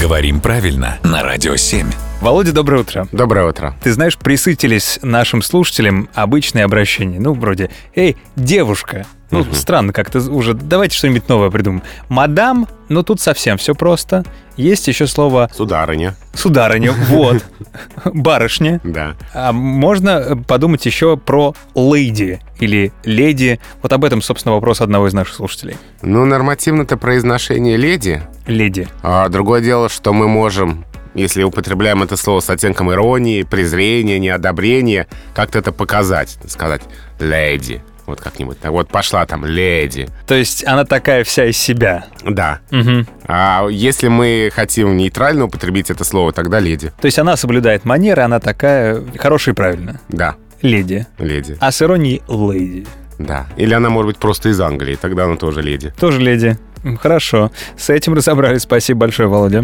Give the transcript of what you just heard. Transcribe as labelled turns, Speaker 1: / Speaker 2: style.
Speaker 1: Говорим правильно на Радио 7.
Speaker 2: Володя, доброе утро.
Speaker 3: Доброе утро.
Speaker 2: Ты знаешь, присытились нашим слушателям обычные обращения. Ну, вроде «Эй, девушка». Ну, странно как-то уже. Давайте что-нибудь новое придумаем. «Мадам», ну тут совсем все просто. Есть еще слово
Speaker 3: Сударыня,
Speaker 2: «сударыня», вот, «барышня».
Speaker 3: да.
Speaker 2: А можно э, подумать еще про «леди» или «леди». Вот об этом, собственно, вопрос одного из наших слушателей.
Speaker 3: Ну, нормативно-то произношение «леди».
Speaker 2: «Леди».
Speaker 3: А другое дело, что мы можем, если употребляем это слово с оттенком иронии, презрения, неодобрения, как-то это показать, сказать «леди». Вот как-нибудь. так. Вот пошла там «леди».
Speaker 2: То есть она такая вся из себя.
Speaker 3: Да.
Speaker 2: Мгм.
Speaker 3: А если мы хотим нейтрально употребить это слово, тогда «леди».
Speaker 2: То есть она соблюдает манеры, она такая хорошая и правильная.
Speaker 3: Да,
Speaker 2: Леди.
Speaker 3: «леди».
Speaker 2: А с иронией леди.
Speaker 3: Да. Или она может быть просто из Англии, тогда она тоже «леди».
Speaker 2: Тоже леди. М, Хорошо. С этим разобрались. Спасибо большое, Володя.